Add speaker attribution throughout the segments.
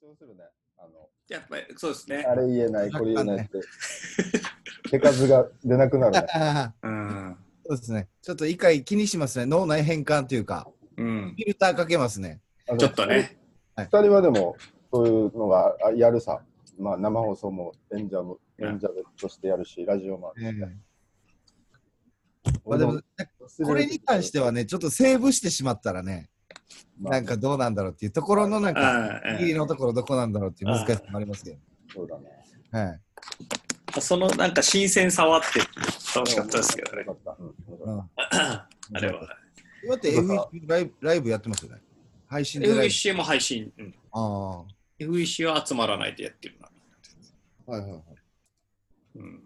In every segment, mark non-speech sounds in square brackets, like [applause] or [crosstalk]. Speaker 1: 張するね。あの、
Speaker 2: やっぱりそうですね。
Speaker 1: あれ言えない、これ言えないって。手数が出なくなるね。
Speaker 3: ああ
Speaker 2: うん。
Speaker 3: そうですね。ちょっと一回気にしますね。脳内変換というか、
Speaker 2: うん。
Speaker 3: フィルターかけますね。
Speaker 1: あの
Speaker 2: ちょっと。ね。
Speaker 1: 二人はでも、そういうのがあやるさ。まあ、生放送も演者も、演者としてやるし、ラジオも。
Speaker 3: まあ、でも、これに関してはね、ちょっとセーブしてしまったらね、
Speaker 1: まあ
Speaker 3: なんかどうなんだろうっていうところの、なんか、
Speaker 2: うん
Speaker 3: いいのところどこなんだろうっていう難しさもありますけど。
Speaker 1: そうだね。
Speaker 3: はい。
Speaker 2: そのなんか新鮮さはあって楽しかったですけどね。
Speaker 1: よかった。うん
Speaker 3: うん
Speaker 2: あれは。
Speaker 3: 今って
Speaker 1: そうか
Speaker 3: FEC ライブライブやってますよね。配信でライブ。
Speaker 2: FEC も配信。うん、
Speaker 3: ああ。は
Speaker 2: FEC は集まらないでやってるな。
Speaker 3: いはいはい。
Speaker 2: うん、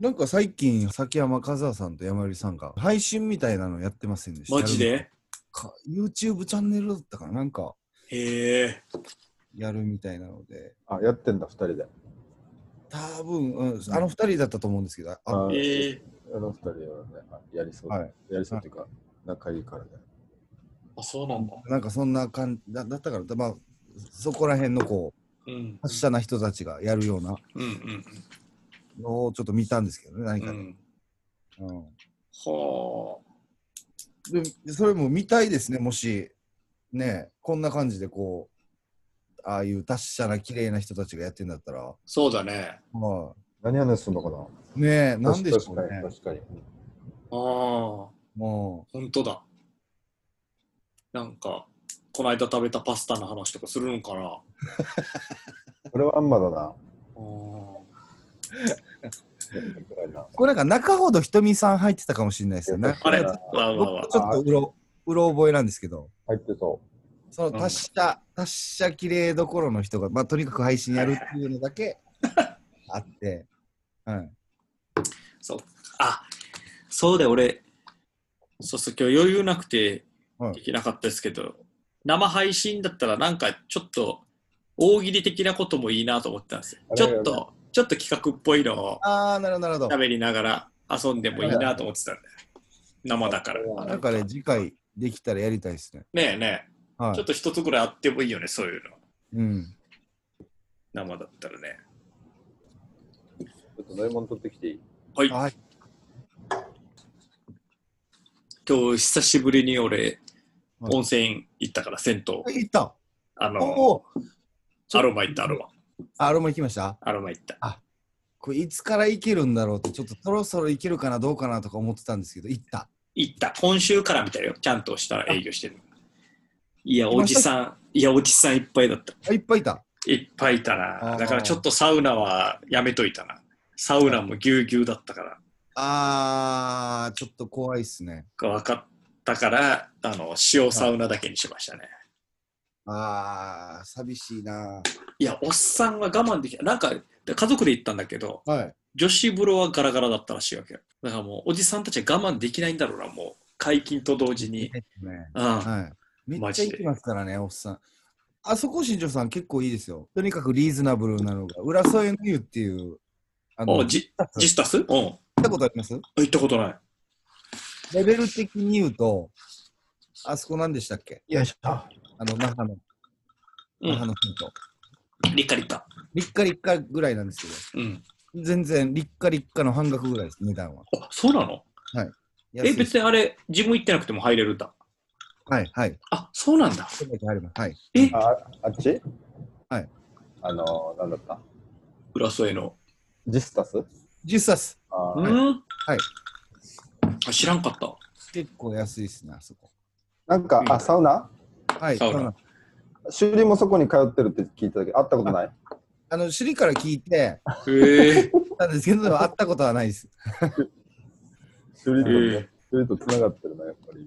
Speaker 3: なんか最近、崎山和也さんと山寄さんが配信みたいなのやってませんでした
Speaker 2: マジ
Speaker 3: やる
Speaker 2: で
Speaker 3: か ?YouTube チャンネルだったかななんか
Speaker 2: へえ。
Speaker 3: やるみたいなので。
Speaker 1: あ、やってんだ、二人で。
Speaker 3: 多分、うん、あの二人だったと思うんですけど、あ
Speaker 1: あの
Speaker 2: へえ。
Speaker 1: 二人はね、あやりそう
Speaker 3: は
Speaker 1: だ
Speaker 3: い。
Speaker 1: やりそうっていうか、仲いいからね。
Speaker 2: あ、そうなんだ。
Speaker 3: なんかそんな感じだだったから、まあ、そこら辺のこう、
Speaker 2: うん。
Speaker 3: 発射な人たちがやるような
Speaker 2: うんうん
Speaker 3: のをちょっと見たんですけどね、何
Speaker 2: うん。う
Speaker 3: かで。
Speaker 2: ん、
Speaker 3: うん
Speaker 2: は
Speaker 3: でそれも見たいですね、もし、ね、こんな感じでこう、ああいう達者な綺麗な人たちがやってんだったら、
Speaker 2: あ。そうだね。
Speaker 3: ま
Speaker 1: 何話すんのかな
Speaker 3: あ、ねえ、なんでしょ
Speaker 1: 確
Speaker 3: う
Speaker 1: か
Speaker 3: ね
Speaker 1: に、。確かに。
Speaker 2: ああ。
Speaker 3: も
Speaker 2: 本当だ。なんか、この間食べたパスタの話とかするのかな。
Speaker 1: これはあんまだな。
Speaker 2: あー
Speaker 3: う、これなんか中ほどひとみさん入ってたかもしれないですよね。
Speaker 2: あれ
Speaker 3: 僕
Speaker 2: わあわあわあ
Speaker 3: ちょっとうろ、うろ覚えなんですけど。
Speaker 1: 入ってそ
Speaker 3: その達者、達者綺麗どころの人が、まあ、とにかく配信やるっていうの
Speaker 2: [laughs]
Speaker 3: だけあって、はい、
Speaker 2: そう。あ、そうで俺、そうそう、今日余裕なくて
Speaker 3: はい
Speaker 2: できなかったですけど、生配信だったらなんかちょっと大喜利的なこともいいなと思ってたんですよ
Speaker 1: あ。れ
Speaker 2: ちょっと、ちょっと企画っぽいのを
Speaker 3: ああ、なるほど、なるほど。
Speaker 2: 喋りながら遊んでもいいなと思ってたんで、生だから。
Speaker 1: あ
Speaker 3: なんかね、次回できたらやりたいですね。
Speaker 2: ねえねえ、
Speaker 3: は
Speaker 2: ちょっ。
Speaker 3: い
Speaker 2: と一つぐらいあってもいいよね、そういうの。
Speaker 3: うん。
Speaker 2: 生だったらね。
Speaker 1: う。ちょっと飲み物取ってきていい
Speaker 2: はい。
Speaker 3: はい。
Speaker 2: 今日久しぶりに俺、
Speaker 3: はい
Speaker 2: 温泉行ったから、銭湯。
Speaker 3: 行った。
Speaker 2: あ
Speaker 3: お
Speaker 2: の、
Speaker 3: お。
Speaker 2: アロマ行った、アロマ。
Speaker 3: あ、俺も行きました。
Speaker 2: アロマ行った。
Speaker 3: これいつから行けるんだろうって、ちょっとそろそろ行けるかな、どうかなとか思ってたんですけど、行った。
Speaker 2: 行った。今週からみたいよ。ちゃんとした営業してる。いや、おじさん、いや、おじさんいっぱいだった。
Speaker 3: あ、いっぱいいた。
Speaker 2: いっぱいいた
Speaker 3: あ
Speaker 2: な。
Speaker 3: ー
Speaker 2: だからちょっとサウナはやめといたな。サウナもぎゅうぎゅうだったから。
Speaker 3: あー、ちょっと怖いっすね。
Speaker 2: 分かったから、あの、塩サウナだけにしましたね。
Speaker 3: あー、寂しいない
Speaker 2: や、おっさんは我慢できない。なんか、家族で行ったんだけど、
Speaker 3: はい。
Speaker 2: 女子風呂はガラガラだったらしいわけよ。だからもう、おじさんたちは我慢できないんだろうな、もう。解禁と同時に。
Speaker 3: ね
Speaker 2: うん。
Speaker 3: はい。め
Speaker 2: マ
Speaker 3: っちゃ
Speaker 2: ジで
Speaker 3: 行きますからね、おっさん。あそこ、新庄さん、結構いいですよ。とにかくリーズナブルなのが、浦添の湯っていう、あの、
Speaker 2: お
Speaker 3: 行っ
Speaker 2: ジジスタスうん。行
Speaker 3: たことあります
Speaker 2: ったことない。
Speaker 3: レベル的に言うと、あそこ何でしたっけ
Speaker 1: よいしょ。
Speaker 3: あの、那覇の、
Speaker 2: う
Speaker 3: 那覇
Speaker 2: ん。
Speaker 3: のヒント。
Speaker 2: リカリカ。
Speaker 3: 立夏立夏ぐらいなんですけ
Speaker 2: うん。
Speaker 3: ど、全然立夏立夏の半額ぐらいです、値段は。
Speaker 2: あ、そうなの
Speaker 3: 安
Speaker 2: え、
Speaker 3: いです
Speaker 2: 別にあれ、ジム行ってなくても入れるんだ。
Speaker 3: はい、はい。
Speaker 2: あ、そうなんだ。
Speaker 3: それだけ入りますはい。
Speaker 2: え、
Speaker 1: あ、あっち
Speaker 3: はい。
Speaker 1: あのー、なんだった
Speaker 2: 浦添の。
Speaker 1: ジスタス
Speaker 3: 10冊。
Speaker 1: あ
Speaker 2: う
Speaker 1: ー
Speaker 2: んはい。あ、知らんかった。
Speaker 3: [laughs] 結構安いですね、あそこ。
Speaker 1: なんか、あ、サウナ
Speaker 3: はい。
Speaker 2: サウナ
Speaker 3: サウナ
Speaker 1: 修理もそこに通ってるって聞いたけど、会ったことない。
Speaker 3: あの、尻から聞いて、
Speaker 2: へえ。
Speaker 3: なんですけど、会ったことはないです。
Speaker 1: 修理と
Speaker 2: へ
Speaker 1: ね、修理と繋がってるな、やっぱり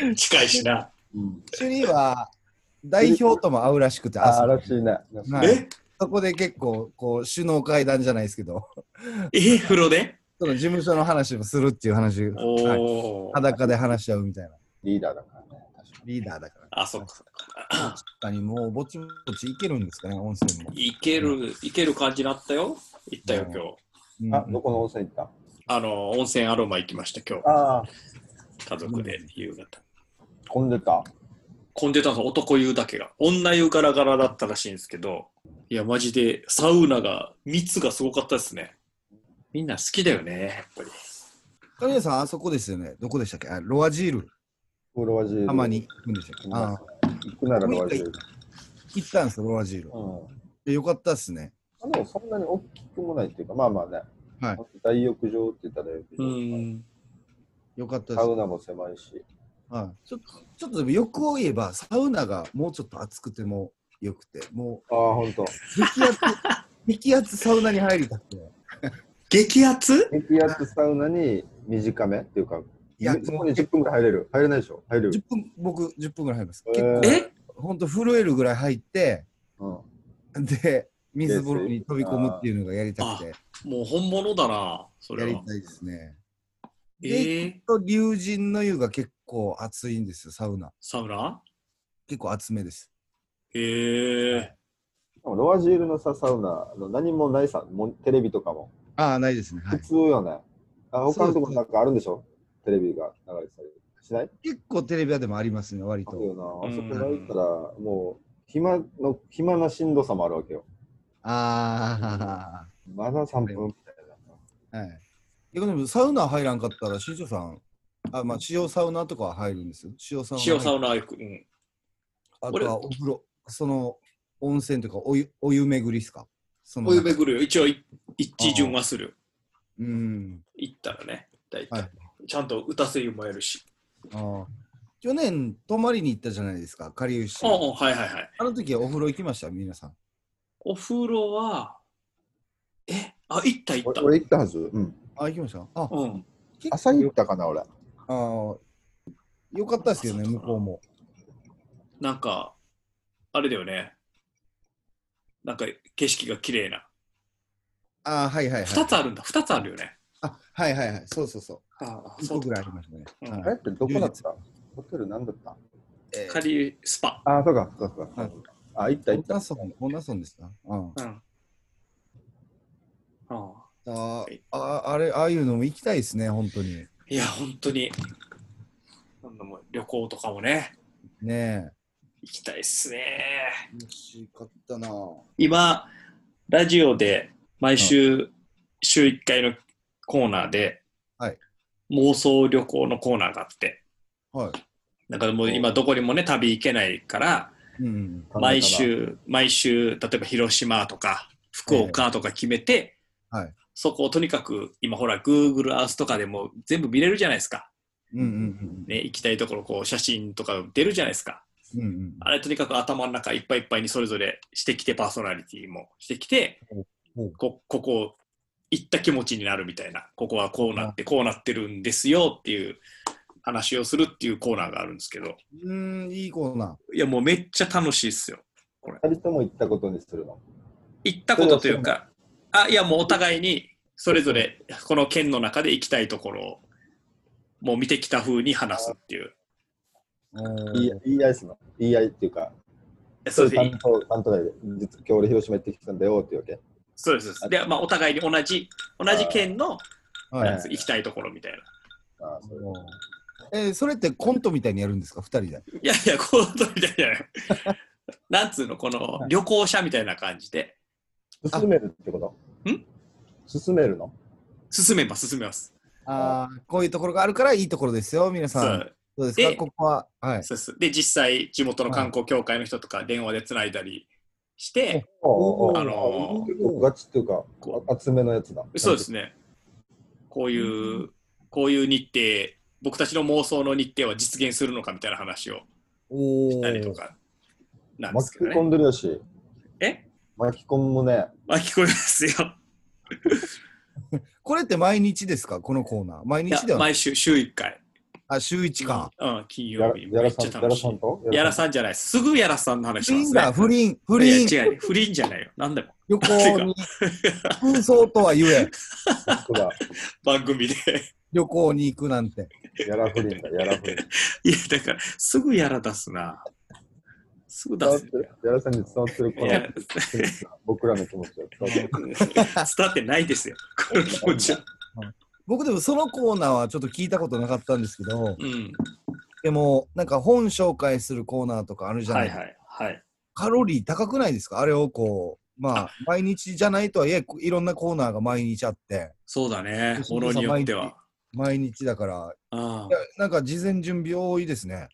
Speaker 1: 今。
Speaker 2: 近いしな。
Speaker 1: うん。
Speaker 3: シュリーは代表とも会うらしくて、
Speaker 1: あ
Speaker 3: [laughs] あ
Speaker 1: ー、
Speaker 3: そ
Speaker 1: らしいね。
Speaker 3: はい
Speaker 2: え、
Speaker 3: そこで結構こう首脳会談じゃないですけど、
Speaker 2: え、風呂で
Speaker 3: その事務所の話もするっていう話、
Speaker 2: お
Speaker 3: はい
Speaker 2: お。
Speaker 3: 裸で話し合うみたいな、
Speaker 1: リーダーだからね。確か
Speaker 3: リーダーだから。
Speaker 2: あ、そっかそっか。
Speaker 3: 確かにもうぼちぼちいけるんですかね、温泉も。
Speaker 2: いける、いける感じだったよ。行ったよ、今日。
Speaker 3: うん
Speaker 1: にあ、どこの温泉行っ
Speaker 2: あの、温泉アロマ行きました、今
Speaker 1: た
Speaker 2: 日。
Speaker 1: ああ、
Speaker 2: 家族で夕方。
Speaker 1: 混んでた。
Speaker 2: 混んでたんですよ男湯だけが女湯ガラガラだったらしいんですけどいやマジでサウナが密がすごかったですねみんな好きだよねやっぱり
Speaker 3: 神谷さん、あそこですよね。どこでしたっけあロアジール。
Speaker 1: これは自由
Speaker 3: たまに行くんでしたっけ
Speaker 1: うん
Speaker 3: ああ
Speaker 1: 行くならロアジール。
Speaker 3: 行ったんですよ、ロアジール。
Speaker 1: う
Speaker 3: でよかったっすね。
Speaker 1: ん。でもそんなに大きくもないっていうか、まあまあね。
Speaker 3: はい
Speaker 1: 大浴場って言ったら大浴
Speaker 2: う
Speaker 1: 場。
Speaker 2: ん
Speaker 3: よかったで
Speaker 1: サ
Speaker 3: す。
Speaker 1: ウナも狭いし。
Speaker 3: はい、ちょっとちょっとでも欲を言えば、サウナがもうちょっと暑くてもよくて、も
Speaker 1: ああ、ほんと。
Speaker 3: う激圧、激圧サウナに入りたくて。
Speaker 2: 激アツ
Speaker 1: 激アツサウナに短めっていうか、
Speaker 3: いや、
Speaker 1: そ
Speaker 3: も
Speaker 1: こ
Speaker 3: う
Speaker 1: に10分ぐらい入れる。入れないでしょ入れる
Speaker 3: 10。分、僕10分ぐらい入ります。
Speaker 1: え
Speaker 3: 結構、
Speaker 1: ー
Speaker 2: え
Speaker 3: ほんと震えるぐらい入って、
Speaker 1: うん。
Speaker 3: で、水風呂に飛び込むっていうのがやりたくて、
Speaker 2: もう本物だなそ
Speaker 3: や
Speaker 2: れ
Speaker 3: り
Speaker 2: は
Speaker 3: たいですね。
Speaker 2: え
Speaker 3: で、
Speaker 2: ー、
Speaker 3: と龍神の湯が結構熱いんですよ、サウナ。
Speaker 2: サウナ
Speaker 3: 結構熱めです。
Speaker 2: へえー、
Speaker 1: でもロアジールのさ、サウナ、あの何もないさ、もうテレビとかも。
Speaker 3: ああ、ないですね。は
Speaker 1: 普
Speaker 3: い、
Speaker 1: 通よね。あ他のところなんかあるんでしょテレビが流れてたり。しない
Speaker 3: 結構テレビ屋でもありますね、割
Speaker 1: あるよ
Speaker 3: と。
Speaker 1: な。あ
Speaker 2: うん
Speaker 1: そこないから、もう、暇の、暇なしんどさもあるわけよ。
Speaker 3: あ
Speaker 1: まだ3分みたい
Speaker 3: あ、はい。逆にでもサウナ入らんかったら、新庄さん、あまあ、塩サウナとかは入るんですよ。塩サウナ。
Speaker 2: 塩サウナ行く、うん、
Speaker 3: あとはお風呂、その温泉というかお湯、お湯巡りですかその
Speaker 2: お湯巡るよ一応い一巡はする
Speaker 3: うん。
Speaker 2: 行ったらね大体、
Speaker 3: はい
Speaker 2: ちゃんと打たせ湯もやるし
Speaker 3: ああ去年、泊まりに行ったじゃないですか、かりゆし。
Speaker 2: ああはいはいはい
Speaker 3: あの時はお風呂行きました、皆さん。
Speaker 2: お風呂はえあ行った行っ
Speaker 1: な。
Speaker 2: た
Speaker 1: 俺行ったはず。うん。
Speaker 3: あ、行きましたあ、
Speaker 2: うん
Speaker 1: 朝行ったかな、俺。
Speaker 3: あーよかったですよね、向こうも。
Speaker 2: なんかあれだよねなんか景色が綺麗な
Speaker 3: あーはいはいはい。
Speaker 2: 2つあるんだ2つあるよね
Speaker 3: あはいはいはい、そうそうそう。
Speaker 2: あ
Speaker 3: 一個ぐらいありましたね。
Speaker 2: うん
Speaker 1: あれ
Speaker 3: は
Speaker 1: っ
Speaker 3: い
Speaker 1: てどこだったホテルなんだった
Speaker 3: えー
Speaker 2: カリスパ、
Speaker 1: あ、そうか、そうか。
Speaker 3: はい
Speaker 1: あ、行った行っ
Speaker 3: 女
Speaker 1: た。
Speaker 3: 村、女村ですかうん。
Speaker 2: うんああ
Speaker 3: あ
Speaker 2: い
Speaker 3: ーあ、あれ、ああいうのも行きたいですね、本当に。
Speaker 2: いや本当になんだもう旅行とかもね
Speaker 3: ね
Speaker 2: 行きたいっすね
Speaker 3: え。楽しかったな
Speaker 2: 今ラジオで毎週、週1回のコーナーで、
Speaker 3: はい
Speaker 2: 妄想旅行のコーナーがあって
Speaker 3: は
Speaker 2: だからもう今どこにもね旅行けないから
Speaker 3: い。うん。
Speaker 2: 毎。週毎週例えば広島とか福岡とか決めて、
Speaker 3: はい
Speaker 2: そこをとにかく今ほら Google Earth とかでも全部見れるじゃないですか、
Speaker 3: うんうん
Speaker 2: ね、行きたいところこう写真とか出るじゃないですか
Speaker 3: うん。うんうん。
Speaker 2: あれとにかく頭の中いっぱいいっぱいにそれぞれしてきてパーソナリティもしてきて
Speaker 3: ほう
Speaker 2: こここ行った気持ちになるみたいなここはこうなってこうなってるんですよっていう話をするっていうコーナーがあるんですけど
Speaker 3: うーん、いいコーナ
Speaker 2: いやもうめっちゃ楽しいっすよ
Speaker 1: 二人とも行ったことにするの。
Speaker 2: 行ったことというかあいやもうお互いにそれぞれこの県の中で行きたいところをもう見てきた風に話すっていう
Speaker 3: ー。おー
Speaker 1: 言い言い合いするの。言い合いっていうか、
Speaker 2: そうです
Speaker 1: 担当、担当だよ。実今日俺広島行ってきたんだよっていうわけ。
Speaker 2: そうですそうですでまあお互いに同じ同じ県の
Speaker 3: はい
Speaker 2: なんつう行きたいところみたいな
Speaker 1: あーそれ
Speaker 3: おーえーそれってコントみたいにやるんですか、二人で。
Speaker 2: いやいや、コードみたいじゃない。 [laughs] なんつうの、この旅行者みたいな感じで、
Speaker 1: 進めるってこと
Speaker 2: ん
Speaker 1: 進めるの
Speaker 2: 進めば進めます。
Speaker 3: ああ、こういうところがあるからいいところですよ、皆
Speaker 2: そ
Speaker 3: さん。
Speaker 2: う
Speaker 3: どうです
Speaker 2: で
Speaker 3: か、ここは。はい。
Speaker 2: そうですで、実際、地元の観光協会の人とか電話でつないだりして、
Speaker 3: おー
Speaker 2: あの
Speaker 1: 結構ガチっていうか、
Speaker 2: こ
Speaker 1: あ厚めのやつだ。
Speaker 2: そうですね、こういう、こういう日程、僕たちの妄想の日程は実現するのかみたいな話を
Speaker 3: おお。
Speaker 2: したりとかなんで
Speaker 1: 巻
Speaker 2: す
Speaker 1: き
Speaker 2: けど
Speaker 1: 込
Speaker 2: ね。
Speaker 1: んでるよし。
Speaker 2: え
Speaker 1: 巻き込むね。
Speaker 2: 巻き込みますよ。
Speaker 3: これって毎日ですかこのコーナー。毎
Speaker 2: い
Speaker 3: 日
Speaker 2: や
Speaker 3: ではない。
Speaker 2: 毎週、週1回。
Speaker 3: あ、週1か。
Speaker 2: うん、金
Speaker 1: や
Speaker 2: 曜
Speaker 1: ら
Speaker 2: 日。
Speaker 1: や
Speaker 2: め
Speaker 1: ら
Speaker 2: っ
Speaker 1: さ
Speaker 2: ち
Speaker 1: ん
Speaker 2: ゃ
Speaker 1: や
Speaker 2: 楽
Speaker 1: ら
Speaker 2: し
Speaker 1: さん
Speaker 2: い。
Speaker 1: と
Speaker 2: やらさんじゃないです。すぐやらさんの話し
Speaker 3: 不
Speaker 2: ま
Speaker 3: 倫
Speaker 2: すね
Speaker 3: だ、。不倫、不
Speaker 2: いや
Speaker 3: 倫。
Speaker 2: 違う、不倫じゃないよ。なんでも。
Speaker 3: 旅行
Speaker 2: [laughs]
Speaker 3: に。紛争とは言え、
Speaker 1: んとだ。
Speaker 2: 番組で。 [laughs]
Speaker 3: 旅行に行くなんて。
Speaker 1: やら不倫だ。やら不倫。
Speaker 2: いや、だから、すぐやら出すな。すぐ出
Speaker 1: 伝わっ
Speaker 2: す
Speaker 1: て
Speaker 2: よ。
Speaker 1: るやらさんに伝わってるこの
Speaker 2: い [laughs] や、
Speaker 1: 気持ちが僕らの気持ちが伝わってる。
Speaker 2: 伝ってないですよ。この気持ちは。
Speaker 3: 僕でもそのコーナーはちょっと聞いたことなかったんですけど、
Speaker 2: うん。
Speaker 3: でも、なんか本紹介するコーナーとかあるじゃな
Speaker 2: はいい
Speaker 3: ですか。
Speaker 2: はい。はい。
Speaker 3: カロリー高くないですかあれをこう、まあ、毎日じゃないとはいえ、こいろんなコーナーが毎日あって、
Speaker 2: そうだね。
Speaker 3: 吉
Speaker 2: もの
Speaker 3: 村さん
Speaker 2: によっては。
Speaker 3: 毎日だから、
Speaker 2: うん
Speaker 3: いやなんか事前準備多いですね。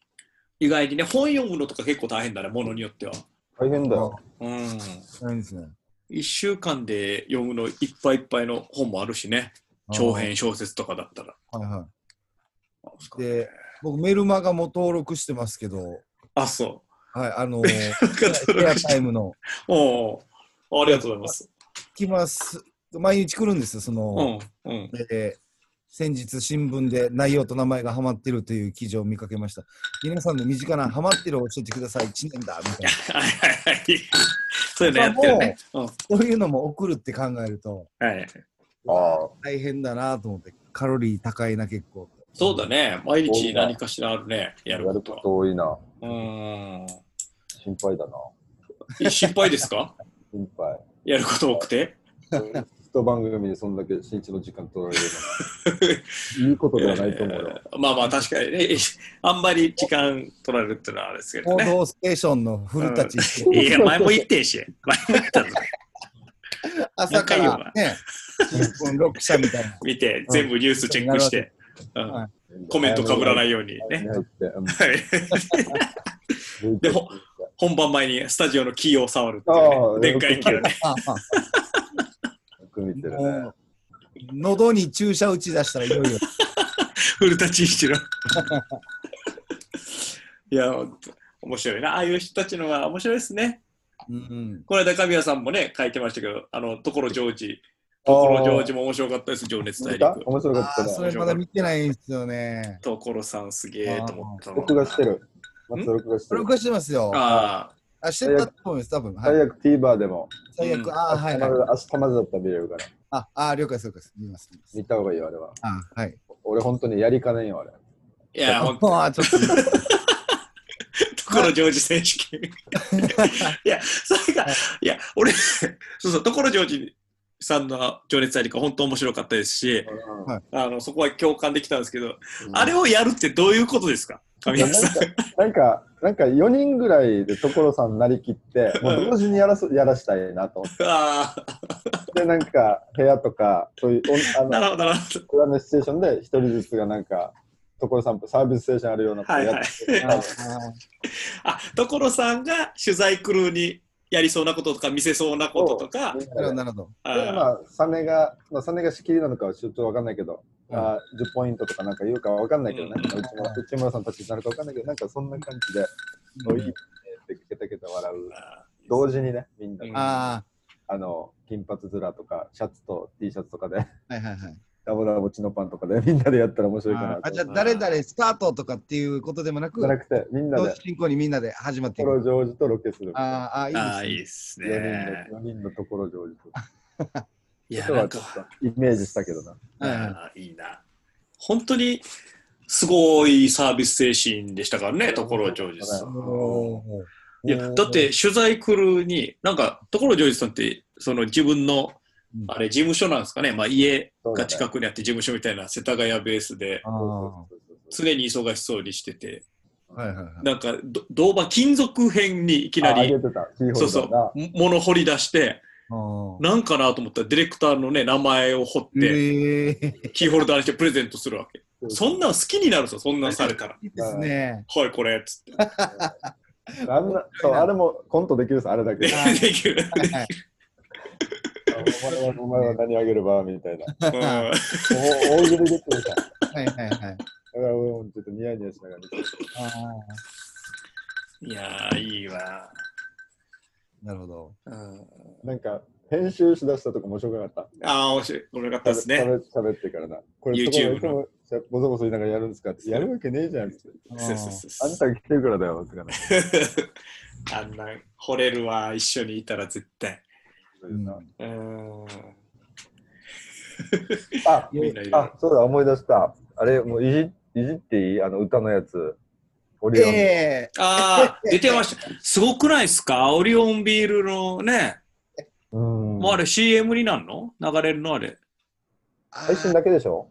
Speaker 2: 意外にね、本読むのとか結構大変だね、ものによっては。
Speaker 1: 大変だよ。
Speaker 2: うん。
Speaker 3: ないですね。
Speaker 2: 1週間で読むのいっぱいいっぱいの本もあるしね。長編小説とかだったら。
Speaker 3: あー。はいはい。
Speaker 2: あ
Speaker 3: で、僕、メルマガも登録してますけど、
Speaker 2: あ、そ
Speaker 3: はい、
Speaker 2: [laughs]
Speaker 3: あのー、
Speaker 2: う。なんか登
Speaker 3: エア
Speaker 2: 録し
Speaker 3: タイ
Speaker 2: て
Speaker 3: ムの、
Speaker 2: おうおうありがとうございます。
Speaker 3: 来ます。毎日来るんですよ、その、
Speaker 2: うん。うん。
Speaker 3: で先日新聞で内容と名前がハマってるという記事を見かけました。皆さんの身近なハマってるを教えてください、1年だ、みたいな。
Speaker 2: はいはいはい。そういうのやってるね。うん。は
Speaker 3: そういうのも送るって考えると、
Speaker 2: い。
Speaker 1: ああ、
Speaker 3: 大変だなと思って、カロリー高いな、結構。
Speaker 2: そうだね。毎日何かしらあるね。や
Speaker 1: や
Speaker 2: るこ
Speaker 1: る
Speaker 2: と
Speaker 1: こ
Speaker 2: は。
Speaker 1: と多いな。
Speaker 2: うーん。
Speaker 1: 心配だな。
Speaker 2: え心配ですか [laughs]
Speaker 1: 心配。
Speaker 2: やること多くて。
Speaker 1: 一番組でそんだけ新一の時間取られるのはいいことではないと思うよ。
Speaker 2: えーまあまあ確かにね、あんまり時間取られるってのはあれですけど
Speaker 3: 報
Speaker 2: ね。
Speaker 3: 道ステーションの古立ち、
Speaker 1: [laughs]
Speaker 2: いや、前も言ってんし。前も言ったぞ。
Speaker 3: 朝からね、新聞6社みたい
Speaker 1: [laughs]
Speaker 3: な。
Speaker 2: 見て、全部ニュースチェックして、うん
Speaker 3: はい
Speaker 2: コメントかぶらないようにね。
Speaker 1: 入って。うん
Speaker 2: はいでも本番前にスタジオのキーを触るっていうね。でっかいキーを [laughs] ね。
Speaker 3: ああ
Speaker 1: よく見てるね
Speaker 3: も。う喉に注射打ち出したらいよい
Speaker 1: [laughs]
Speaker 3: よ。
Speaker 2: 古田一一郎。いや、ほんと面白いな。ああいう人たちのが面白いですね。
Speaker 3: うん、
Speaker 2: この間、神谷さんもね、書いてましたけど、あの、所ジョージ。
Speaker 1: あ
Speaker 2: 所
Speaker 1: ー
Speaker 2: ジョージも面白かったです、情熱大
Speaker 1: 見た
Speaker 2: 陸。
Speaker 1: 面白かっ
Speaker 3: あ
Speaker 1: た
Speaker 3: あ、
Speaker 1: ね
Speaker 3: そ。れまだ見てないんですよね。
Speaker 2: 所さんすげえと思ったの
Speaker 1: 録画してる。松田録画してる
Speaker 3: 録。画してますよ。
Speaker 2: あ
Speaker 3: あ、してたと思います、多分。はい、
Speaker 1: 最悪 TVer でも。
Speaker 3: 最
Speaker 2: うん
Speaker 3: 悪。ああ、はい、
Speaker 1: ま
Speaker 3: はい
Speaker 1: だ。明日までだったら見れるから。
Speaker 3: ああ、了解です、了解です。見ます。見ます
Speaker 1: 見た方がいいよ、あれは。
Speaker 3: ああ、はい。
Speaker 1: 俺、本当にやりかねんよ、あれ。
Speaker 2: あ。
Speaker 1: [laughs]
Speaker 2: いや、ほんと
Speaker 3: [laughs] ああ、ちょっと。
Speaker 2: 所ジョージ選手権。
Speaker 1: [laughs]
Speaker 2: いや、それが
Speaker 3: はい、
Speaker 2: いや、俺、そうそう、所ジョージさんの情熱大陸、本当面白かったですし、
Speaker 3: はい
Speaker 2: あの、そこは共感できたんですけど、
Speaker 1: うん
Speaker 2: あれをやるってどういうことですか神谷さん。
Speaker 1: なんか、なんか4人ぐらいで所さんなりきって、もう同時にやらすやらしたいなと思っ
Speaker 2: あ
Speaker 1: て、なんか部屋とか、そういうお
Speaker 2: あ、
Speaker 1: あ
Speaker 2: な
Speaker 1: の
Speaker 2: るほど、なるほ
Speaker 1: 裏のステーションで一人ずつがなんか、所さんサービスステーションあるような
Speaker 2: ど。はいはい。
Speaker 3: ああ
Speaker 2: あ、所さんが取材クルーにやりそうなこととか、見せそうなこととか、
Speaker 1: みん
Speaker 3: なるほど、
Speaker 1: なで
Speaker 3: なるほど。
Speaker 2: あ
Speaker 1: で
Speaker 2: ー
Speaker 1: まあ、サネが、まあ、サネが仕切りなのかはちょっとわかんないけど、
Speaker 3: うん
Speaker 1: あー10ポイントとかなんか言うかはわかんないけどね、
Speaker 2: うん
Speaker 1: 内村内村さんたちになるかわかんないけど、なんかそんな感じで、おいいねってケタケタ笑う。同時にね、みんな、
Speaker 2: うん
Speaker 3: あ
Speaker 1: あの、金髪面とか、シャツと T シャツとかで、
Speaker 3: あ、はいはいはい。
Speaker 1: ダボダボチのパンとかでみんなでやったら面白いかな
Speaker 3: あ
Speaker 1: と
Speaker 3: あ、じゃあ、
Speaker 1: じ
Speaker 3: 誰々スタートとかっていうことでもなく
Speaker 1: ゃ、なくてみんな
Speaker 3: 同
Speaker 1: で
Speaker 3: 時進行にみんなで始まってい
Speaker 1: 所
Speaker 3: く。
Speaker 1: ジョージとロケするみたいな
Speaker 3: あー
Speaker 2: あ
Speaker 3: あ
Speaker 2: あ、
Speaker 3: ー、い
Speaker 2: い
Speaker 3: い
Speaker 2: い
Speaker 3: で
Speaker 2: っす
Speaker 1: 4
Speaker 2: ね。
Speaker 1: 人の4人の所ジョージと
Speaker 2: いや、
Speaker 1: 人
Speaker 2: な
Speaker 1: は
Speaker 2: ん
Speaker 1: ちょっ
Speaker 2: か、
Speaker 1: とイメージしたけどな
Speaker 3: すね。はいはい
Speaker 2: あーいいな。本当に、すごいサービス精神でしたからね、所ジョージさん。
Speaker 3: おー
Speaker 2: いや、だっ、て取材来るに、なんか、所ジョージさんって、その自分の、
Speaker 3: うん
Speaker 2: あれ、事務所なんですかね、まあ家が近くにあって事務所みたいな世田谷ベースで、
Speaker 3: ああ、は
Speaker 1: そうそうそうそう
Speaker 2: 常に忙しそうにしてて、
Speaker 3: いはいはい。
Speaker 2: なんか、ど銅馬金属編にいきな
Speaker 1: ああ
Speaker 2: り
Speaker 1: げ、てたキーホ
Speaker 2: そう
Speaker 1: ルダ
Speaker 2: そ
Speaker 1: ーが
Speaker 2: う、物掘り出して、
Speaker 3: あー
Speaker 2: なんかなと思ったらディレクターのね、名前を掘って、
Speaker 3: ええー、
Speaker 2: キーホルダーにしてプレゼントするわけ。そんなん好きになるぞ、そんなんされたら。
Speaker 3: いいですね。
Speaker 2: はい、これ、つって。
Speaker 1: あんなそうあれもコントできるさあれだけ
Speaker 2: で
Speaker 1: ど
Speaker 3: はい
Speaker 2: で [laughs] きる。
Speaker 3: はいはい
Speaker 1: お前はお前は何あげればみたいな
Speaker 2: うん
Speaker 1: お大喜利できるさだか
Speaker 3: はいはいはい。
Speaker 1: ら俺もちょっとニヤニヤしながら見て
Speaker 3: あ
Speaker 2: いやー、いいわ。
Speaker 3: あ、なるほど。
Speaker 2: うん
Speaker 1: なんか編集しだしたとこ面白くなかった
Speaker 2: ああ、面白い。面白かったですね。
Speaker 1: 喋喋ってからな。これ、そ
Speaker 2: YouTube
Speaker 1: こいつもボソボソ言いながらやるんですかって。やるわけねえじゃん。
Speaker 2: そうそうそう
Speaker 1: あ
Speaker 2: そ
Speaker 1: ん
Speaker 2: う。
Speaker 1: たが来てるからだよ。とかね。
Speaker 2: あんな、惚れるわ、一緒にいたら絶対。
Speaker 3: うん
Speaker 2: うーん。
Speaker 1: あ
Speaker 2: みんないる、
Speaker 1: あ、そうだ、思い出した。あれ、もういじいじっていいあの歌のやつ。オリオン。
Speaker 3: ええ
Speaker 2: ああ、 [laughs] 出てました。すごくないですかオリオンビールのね、
Speaker 1: うん
Speaker 2: もうあれ CM になんの流れるのあれ。
Speaker 3: ー、
Speaker 1: 配信だけでしょ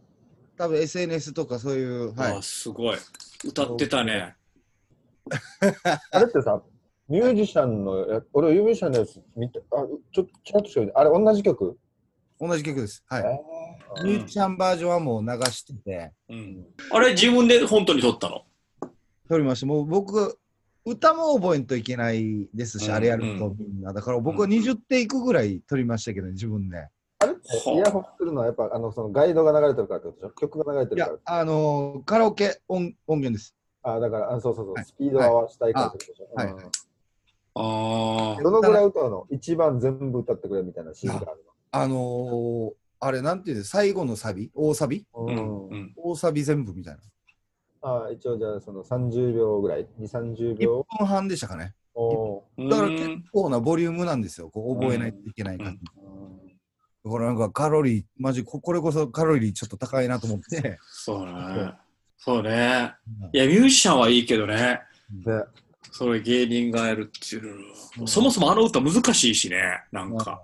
Speaker 3: 多分 SNS とかそういう、はい
Speaker 2: あ、すごい。歌ってたね。
Speaker 1: あれってさ、ミュージシャンのや、俺ミュージシャンのやつ見て、あちょっとちらっとしかあれ同じ曲
Speaker 3: 同じ曲です。はい。
Speaker 1: え
Speaker 2: う
Speaker 3: ミュー
Speaker 2: ん
Speaker 3: ジシャンバージョンはもう流してて、
Speaker 2: うん、あれ、自分で本当に撮ったの
Speaker 3: 撮りました。もう僕、歌も覚えんといけないですし、
Speaker 2: うん
Speaker 3: あれやるとみんな。だから僕は20テイクぐらい撮りましたけど、ね、自分で。
Speaker 1: あれってイヤホンするのはやっぱあのそのガイドが流れてるからってことでしょ曲が流れて
Speaker 3: い
Speaker 1: る
Speaker 3: や
Speaker 1: か、
Speaker 3: あのーカラオケ音音源です。
Speaker 1: ら。あだからあそうそうそう、
Speaker 3: はい
Speaker 1: スピードを合わせたいからってことでしょ。
Speaker 3: はい
Speaker 1: うん
Speaker 2: あ
Speaker 1: どのぐらい歌うの一番全部歌ってくれみたいな指示がある
Speaker 3: あのーあれなんていうの最後のサビ大サビ
Speaker 1: の。
Speaker 2: あ。うん。
Speaker 1: う
Speaker 2: うんん。
Speaker 3: 大サビ全部みたいな。
Speaker 1: あ一応じゃあその30秒ぐらい、2、30
Speaker 3: 1
Speaker 1: 秒。
Speaker 3: 分半でしたかね。
Speaker 1: おー
Speaker 3: だから結構なボリュームなんですよ。こう覚えないといけない感じ。
Speaker 1: うん
Speaker 3: だからなんかカロリー、マジここれこそカロリーちょっと高いなと思って。
Speaker 2: そうね。そうね。いや、ミュージシャンはいいけどね。
Speaker 1: ね、
Speaker 2: それ芸人がやるっていうの
Speaker 3: う
Speaker 2: は。
Speaker 3: ん
Speaker 2: そもそもあの歌難しいしね。なんか。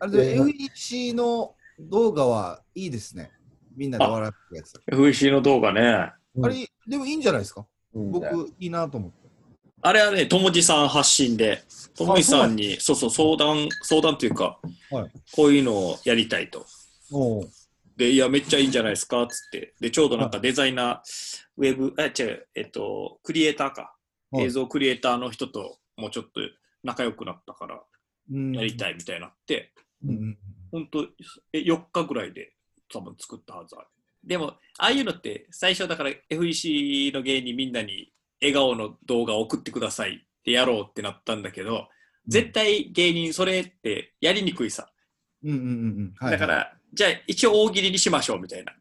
Speaker 3: あれで FEC の動画はいいですね。みんなで笑ってやつ。
Speaker 2: FEC の動画ね。
Speaker 1: うん
Speaker 3: あれ、でもいいんじゃないですか
Speaker 1: いいね
Speaker 3: 僕、いいなと思って。
Speaker 2: あれはね、ともじさん発信で、ともじさんに、そうそう、相談、相談というか、
Speaker 3: はい
Speaker 2: こういうのをやりたいと。
Speaker 3: もう、
Speaker 2: で、いや、めっちゃいいんじゃないですか、つって。で、ちょうどなんかデザイナー、ウェブ、あ、違う、えっと、クリエイターか。
Speaker 3: はい
Speaker 2: 映像クリエイターの人ともうちょっと仲良くなったから、
Speaker 3: うん
Speaker 2: やりたいみたいになって、
Speaker 3: うんうん
Speaker 2: ほんと、え4日ぐらいで多分作ったはずある。でも、ああいうのって、最初だから FEC の芸人みんなに笑顔の動画を送ってくださいってやろうってなったんだけど、絶対芸人それってやりにくいさ。
Speaker 3: うんうんうんうん。はい
Speaker 2: だか、ら、じゃあ一応大喜利にしましょうみたいな。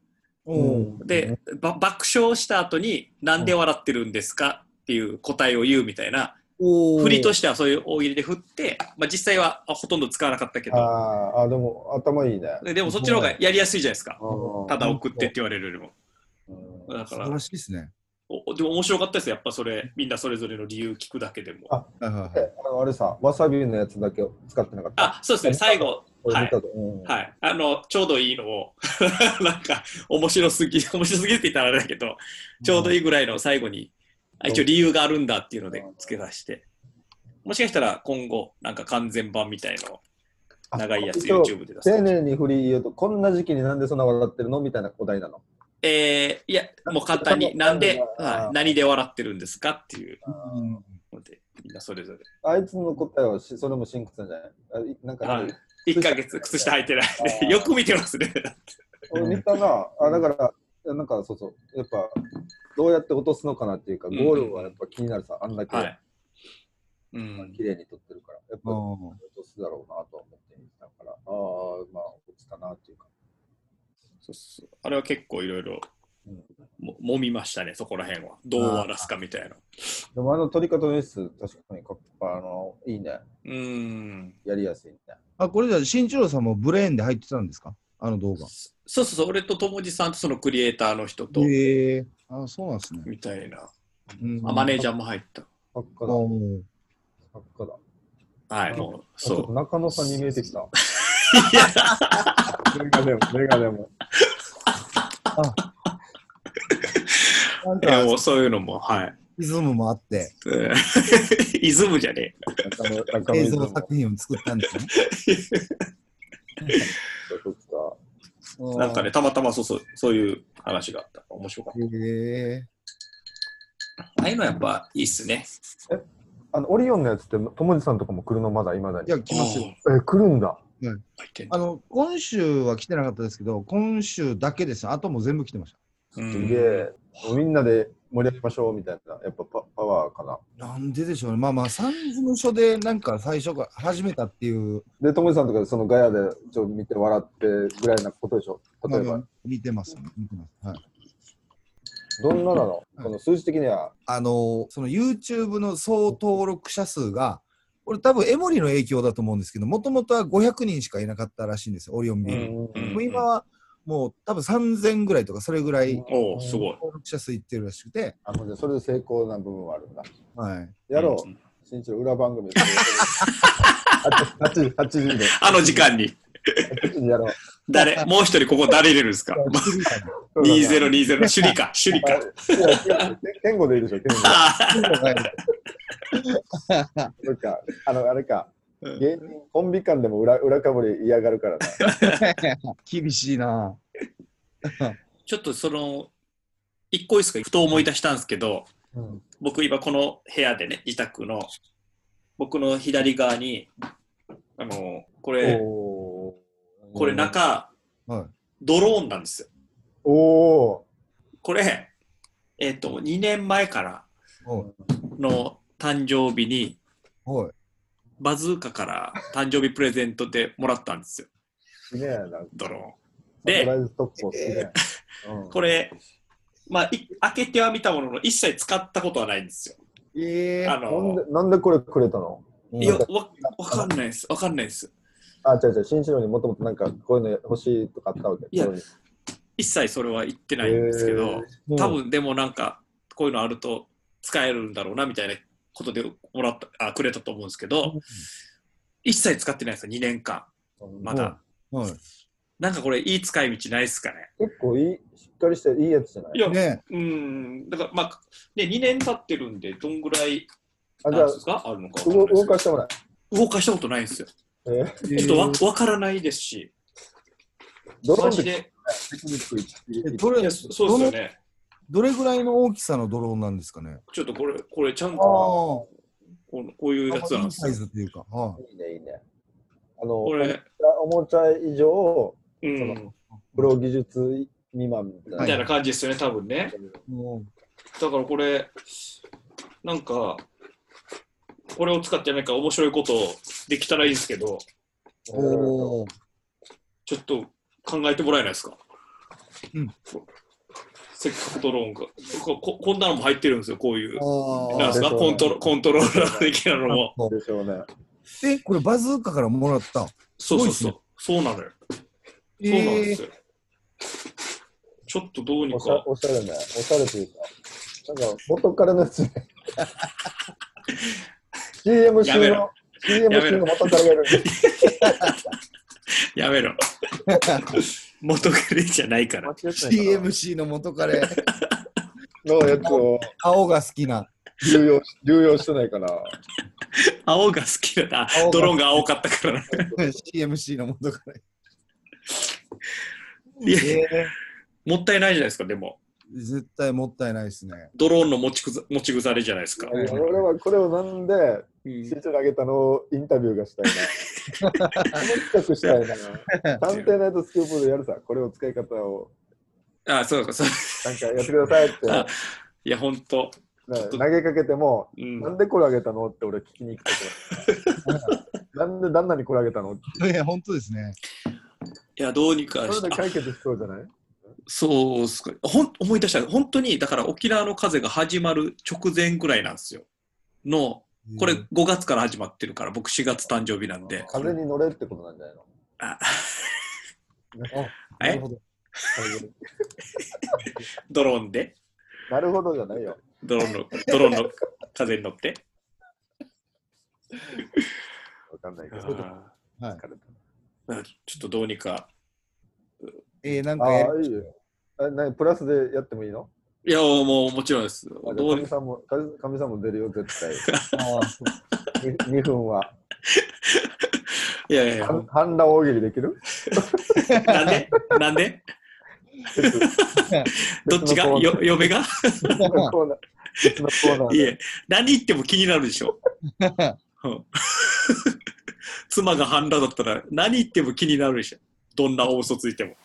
Speaker 3: おお。
Speaker 2: で、ば爆笑した後に、なんで笑ってるんですかっていう答えを言うみたいな。
Speaker 3: おー
Speaker 2: 振りとしてはそういう大喜利で振って、まあ、実際はあほとんど使わなかったけ
Speaker 1: あ
Speaker 2: ど、
Speaker 1: ーあ、でも頭いいね。
Speaker 2: ででもそっちの方がやりやすいじゃないですか。
Speaker 1: うん
Speaker 2: ただ送ってって言われるよりも。
Speaker 1: うん
Speaker 2: だか
Speaker 3: 素晴
Speaker 2: ら
Speaker 3: ら、しいですね。
Speaker 2: おでも面白かったですよ。やっぱそれ、みんなそれぞれの理由聞くだけでも。
Speaker 1: あ
Speaker 3: はいはいはい
Speaker 1: えあのあれさ、わさびのやつだけを使ってなかった。
Speaker 2: あ、そうですね、最後、
Speaker 1: 俺見たぞうん
Speaker 2: はい、あの、ちょうどいいのを、 [laughs] なんか、面白すぎ、面白すぎって言ったらあれだけど、ちょうどいいぐらいの最後に、あ一応理由があるんだっていうので付け出して、もしかしたら今後、なんか完全版みたいのを
Speaker 1: あ
Speaker 2: 長いやつ
Speaker 1: 一応
Speaker 2: YouTube で出す。
Speaker 1: 丁寧に振り言うと、こんな時期になんでそんな笑ってるのみたいなお題なの。
Speaker 2: えー、いや、もう簡単に、なんで、
Speaker 1: あ
Speaker 2: はい何で笑ってるんですかっていう
Speaker 3: うん
Speaker 2: ので、みんなそれぞれ。
Speaker 1: あいつの答えはしそれも真空さんじゃないあいなんか、
Speaker 2: はい1ヶ月靴下履いてない
Speaker 1: あ
Speaker 2: ん
Speaker 1: ー
Speaker 2: [laughs] で、よく見てますね。
Speaker 1: 俺見たな。あだから、なんかそうそう、やっぱ、どうやって落とすのかなっていうか、
Speaker 2: うん
Speaker 1: ゴールはやっぱ気になるさ、あんだけ
Speaker 2: はい。うん。
Speaker 1: 綺麗に撮ってるから、やっぱ落
Speaker 3: おー
Speaker 1: とすだろうなとは思って見たから、ああー、まあ、落ちたなっていうか。
Speaker 2: そうそうあれは結構いろいろ
Speaker 1: うん
Speaker 2: も揉みましたね、そこら辺は。どう終わらすかみたいな。
Speaker 1: でもあの撮り方の演出、確かにかっこあの、いいね。
Speaker 2: うーん。
Speaker 1: やりやすいね。
Speaker 3: あ、これじゃあ、新一郎さんもブレーンで入ってたんですかあの動画。
Speaker 2: そうそうそう、俺と友治さんとそのクリエイターの人と、
Speaker 3: へえ。あ、そうなんですね。
Speaker 2: みたいな。
Speaker 3: うん
Speaker 2: あ、マネージャーも入った。
Speaker 1: 作家だ、
Speaker 3: おー
Speaker 1: 作家だ。
Speaker 2: はい、もう、
Speaker 1: あちょっと
Speaker 2: そ
Speaker 1: 中野さんに見えて [laughs] きた。
Speaker 2: う。いや、
Speaker 1: メガネも、メガネも。
Speaker 3: なん
Speaker 2: いや
Speaker 3: か、
Speaker 2: もうそういうのも、はい。 [laughs]
Speaker 3: リズムもあって、
Speaker 2: うんイズムじゃね
Speaker 1: 中野、中野
Speaker 3: 映
Speaker 1: いつも
Speaker 3: 像作品を作ったん [laughs] ですね。
Speaker 1: そっか
Speaker 2: え。なんかね、たまたまそうそう、そういう話があった。面白かっ
Speaker 3: へえ。
Speaker 2: た。ああいうのやっぱいいっすね。
Speaker 1: あの、オリオンのやつって、友治さんとかも来るのまだ、いまだ
Speaker 3: い
Speaker 1: に。
Speaker 3: や、来ますよ。
Speaker 1: え、来るんだ。
Speaker 2: おー入ってん
Speaker 3: あ
Speaker 2: の
Speaker 3: の、今週は来てなかったですけど、今週だけですよ。あとも全部来てました。
Speaker 2: う
Speaker 1: す
Speaker 2: ん
Speaker 1: げえ。みんなで盛り上げましょうみたいな、やっぱパパワーかな。
Speaker 3: なんででしょうね。まあまあ、三事務所でなんか最初から始めたっていう、
Speaker 1: で、友治さんとかそのガヤでちょっと見て笑ってぐらいなことでしょ。
Speaker 3: ま
Speaker 1: 例
Speaker 3: あ
Speaker 1: え
Speaker 3: ま
Speaker 1: ば
Speaker 3: あ、見てます、ね。見てます。はい。
Speaker 1: どんななのこの数字的には。
Speaker 3: あのーその YouTube の総登録者数が、俺多分エモリの影響だと思うんですけど、もともとは500人しかいなかったらしいんですよ、オリオンビール。
Speaker 2: う
Speaker 3: もうん今はもう多分3000ぐらいとか、それぐらい
Speaker 2: おおすごい。
Speaker 3: 登録者数いってるらしくて、
Speaker 1: あ、もうじゃあそれで成功な部分はあるんだ。
Speaker 2: [laughs]
Speaker 3: はい。
Speaker 1: やろ
Speaker 2: うん
Speaker 1: う。新一郎裏番組で。8時、8時で。
Speaker 2: あの時間に。
Speaker 1: 別にやろう。 [laughs]
Speaker 2: 誰、もう一人ここ誰入れるんですか
Speaker 1: [laughs]
Speaker 2: ?2020 の首里か、首里
Speaker 1: あ
Speaker 2: か。
Speaker 1: いやけ健吾でいいでしょ、健吾。そっか、あの、あれか、
Speaker 2: うん
Speaker 1: 芸人コンビ間でも裏裏かぶり嫌がるからな。
Speaker 3: 厳しいな。
Speaker 2: ちょっとその、一個いいですか、ふと思い出したんですけど、
Speaker 1: うん、
Speaker 2: 僕今この部屋でね、自宅の、僕の左側に、あの、これ、
Speaker 1: おー
Speaker 2: これ。中、
Speaker 3: は
Speaker 2: ドローンなんですよ。
Speaker 1: おお
Speaker 2: これ、えっ、と、2年前から
Speaker 3: い。はい。
Speaker 2: の誕生日に、
Speaker 3: はい。
Speaker 2: バズーカから誕生日プレゼントでもらったんですよ、
Speaker 1: ー、好きねやな。
Speaker 2: ドローン。
Speaker 1: サプラ
Speaker 2: で、
Speaker 1: イズトップを好きね。うん
Speaker 2: これ、まあ、い開けては見たものの、一切使ったことはないんですよ。
Speaker 3: え
Speaker 2: あ
Speaker 1: なん
Speaker 2: の
Speaker 1: で、なんでこれくれたの
Speaker 3: ー
Speaker 2: いや、わわかんないです。わかんないです。
Speaker 1: あ、違う違う、新城にもともとなんかこういうの欲しいとかあったわけ。
Speaker 2: いや
Speaker 1: そうう
Speaker 2: 一切それは言ってないんですけ
Speaker 1: へ
Speaker 2: ど、
Speaker 1: の
Speaker 2: 多、分でもなんか、こういうのあると使えるんだろうなみたいなことでもらったあくれたと思うんですけど、一切使ってないですよ、2年間。
Speaker 1: うん
Speaker 2: まだ。
Speaker 3: はい。
Speaker 2: なんかこれ、いい使い道ないですかね。
Speaker 1: 結構いい、しっかりしていいやつじゃない
Speaker 2: いや、
Speaker 3: ね
Speaker 2: うん、だからまあ、ね、2年経ってるんで、どんぐらい、
Speaker 1: あ、じゃ
Speaker 2: なんですかあるのか
Speaker 1: あ、動動か
Speaker 2: し
Speaker 1: してもら
Speaker 2: 動かしたことないんですよ。
Speaker 1: え。えー、
Speaker 2: ちょっとわわからないですし、
Speaker 1: ドロー
Speaker 2: マ
Speaker 1: ン
Speaker 2: ジ
Speaker 1: でテ
Speaker 2: で。
Speaker 1: クニック
Speaker 3: え
Speaker 1: 一
Speaker 3: ど
Speaker 2: い
Speaker 3: れ
Speaker 2: や、そそうですよね。
Speaker 3: どれぐらいの大きさのドローンなんですかね
Speaker 2: ちょっとこれ、これ、ちゃんと
Speaker 3: ああ
Speaker 2: この、こういうやつなん
Speaker 3: い
Speaker 2: で
Speaker 3: い
Speaker 2: す
Speaker 3: サ
Speaker 2: よ
Speaker 3: イ。ズというか。はい
Speaker 1: いね、いいね。あの、
Speaker 2: これ、
Speaker 1: おもちゃ以上、
Speaker 2: うん、
Speaker 1: プロ技術未満みた
Speaker 2: み
Speaker 1: い
Speaker 2: た
Speaker 1: な。
Speaker 2: いな感じですよね、多分ね。
Speaker 3: い。も
Speaker 2: だからこれ、なんか、これを使ってなんか面白いことできたらいいんですけど、
Speaker 3: うおー
Speaker 2: ちょっと考えてもらえないですか。
Speaker 3: うん
Speaker 2: せっかくドローンがここ。こんなのも入ってるんですよ、こういう。
Speaker 3: あ
Speaker 2: なん
Speaker 3: あ
Speaker 2: ですか
Speaker 1: そう
Speaker 2: コントロコントローラー的なのも。
Speaker 1: でしょうね。
Speaker 3: え、これバズーカからもらった。
Speaker 2: そうそう
Speaker 3: す
Speaker 2: そ
Speaker 3: ご
Speaker 2: う。そうなのよ。
Speaker 3: え
Speaker 2: そうなんで
Speaker 3: ー
Speaker 2: すよ。ちょっとどうに
Speaker 1: おしゃ
Speaker 2: か。
Speaker 1: おしゃれね。おしゃれというか。なんか、元からのやつね。CM
Speaker 2: [laughs] やめ
Speaker 1: 中の
Speaker 2: ろ、
Speaker 1: CM
Speaker 2: やめ
Speaker 1: 中
Speaker 2: ろ
Speaker 1: の元からがいる。
Speaker 2: やめろ。元カレじゃないから。
Speaker 1: 間違ってないか
Speaker 3: CMC の元カレ、
Speaker 1: なのやつを
Speaker 3: 青が好き [laughs] な。
Speaker 1: 流用し流用してないかな。
Speaker 2: 青が好きだな
Speaker 3: 青。が
Speaker 2: ドローンが青かったからな。
Speaker 3: CMC の元カレ。
Speaker 2: いや
Speaker 3: え
Speaker 2: もったいないじゃないですか、でも。
Speaker 3: ー絶対もったいないですね。
Speaker 2: ドローンの持ちくざ持ち腐れじゃないですか。
Speaker 3: ん
Speaker 1: 俺はこれをなんで、
Speaker 2: うん
Speaker 1: 新長あげたのをインタビューがしたい
Speaker 2: [laughs]
Speaker 1: な。もう企画したいな。探偵ナイトスクープでやるさ、これを使い方を
Speaker 2: あ、そうか、そう。
Speaker 1: なんかやってくださいって
Speaker 2: [laughs] あいや、ほんと。
Speaker 1: な投げかけても、
Speaker 2: うん
Speaker 1: なんでこれあげたのって俺聞きに行く
Speaker 2: [laughs]
Speaker 1: から。なんで旦那にこれあげたの
Speaker 3: いや、本当ですね。
Speaker 2: いや、どうにか
Speaker 1: そ
Speaker 2: し
Speaker 1: れで
Speaker 2: あ
Speaker 1: 解決しそうじゃない
Speaker 2: そうっすか。ほん、思い出した。本当に、だから沖縄の風が始まる直前ぐらいなんですよ。の、これ
Speaker 3: え
Speaker 2: 5月から始まってるから、僕4月誕生日なんで。
Speaker 1: 風に乗れってことなんじゃないの
Speaker 2: あ
Speaker 3: ー、なる
Speaker 2: え
Speaker 3: ほど。
Speaker 2: ドローンで
Speaker 1: なるほどじゃないよ。
Speaker 2: ドローンの、ドローンの風に乗って。
Speaker 1: わかんないけ
Speaker 2: あ
Speaker 1: ど。
Speaker 2: ー
Speaker 3: はい
Speaker 1: 疲れた
Speaker 2: なんかちょっとどうにか。
Speaker 3: えー、なんかや
Speaker 1: ああ、いいよ。え、なにプラスでやってもいいの
Speaker 2: いや、もうもちろんです。
Speaker 1: あじゃ
Speaker 2: ど
Speaker 1: あか
Speaker 2: う
Speaker 1: み
Speaker 2: に
Speaker 1: さんも、かみかみさんも出るよ、絶対。
Speaker 2: [laughs]
Speaker 3: あーそう
Speaker 1: 2, 分は。
Speaker 2: いやいやいや、
Speaker 1: 半半裸大喜利できる
Speaker 2: なんでなんでどっちが
Speaker 1: [laughs] 別のコーナー
Speaker 2: よ嫁が
Speaker 1: 別のコーナー。別のコーナー
Speaker 2: い
Speaker 1: で。
Speaker 2: え、何言っても気になるでしょ。うん [laughs] 妻が半裸だったら何言っても気になるでしょ。どんな大嘘ついても。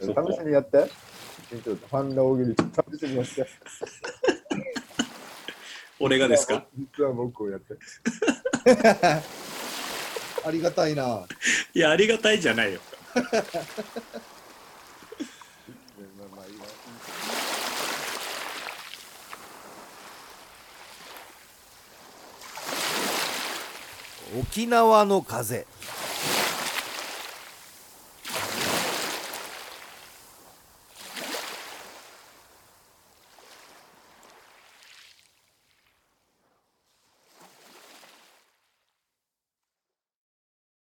Speaker 1: 試しにやって。ちょっとファンダ大喜利、試しにやって。
Speaker 2: 俺がですか
Speaker 1: 実は僕をやって。
Speaker 3: [laughs] ありがたいな。
Speaker 2: いや、ありがたいじゃないよ。
Speaker 1: まあまあいいわ
Speaker 4: 沖縄の風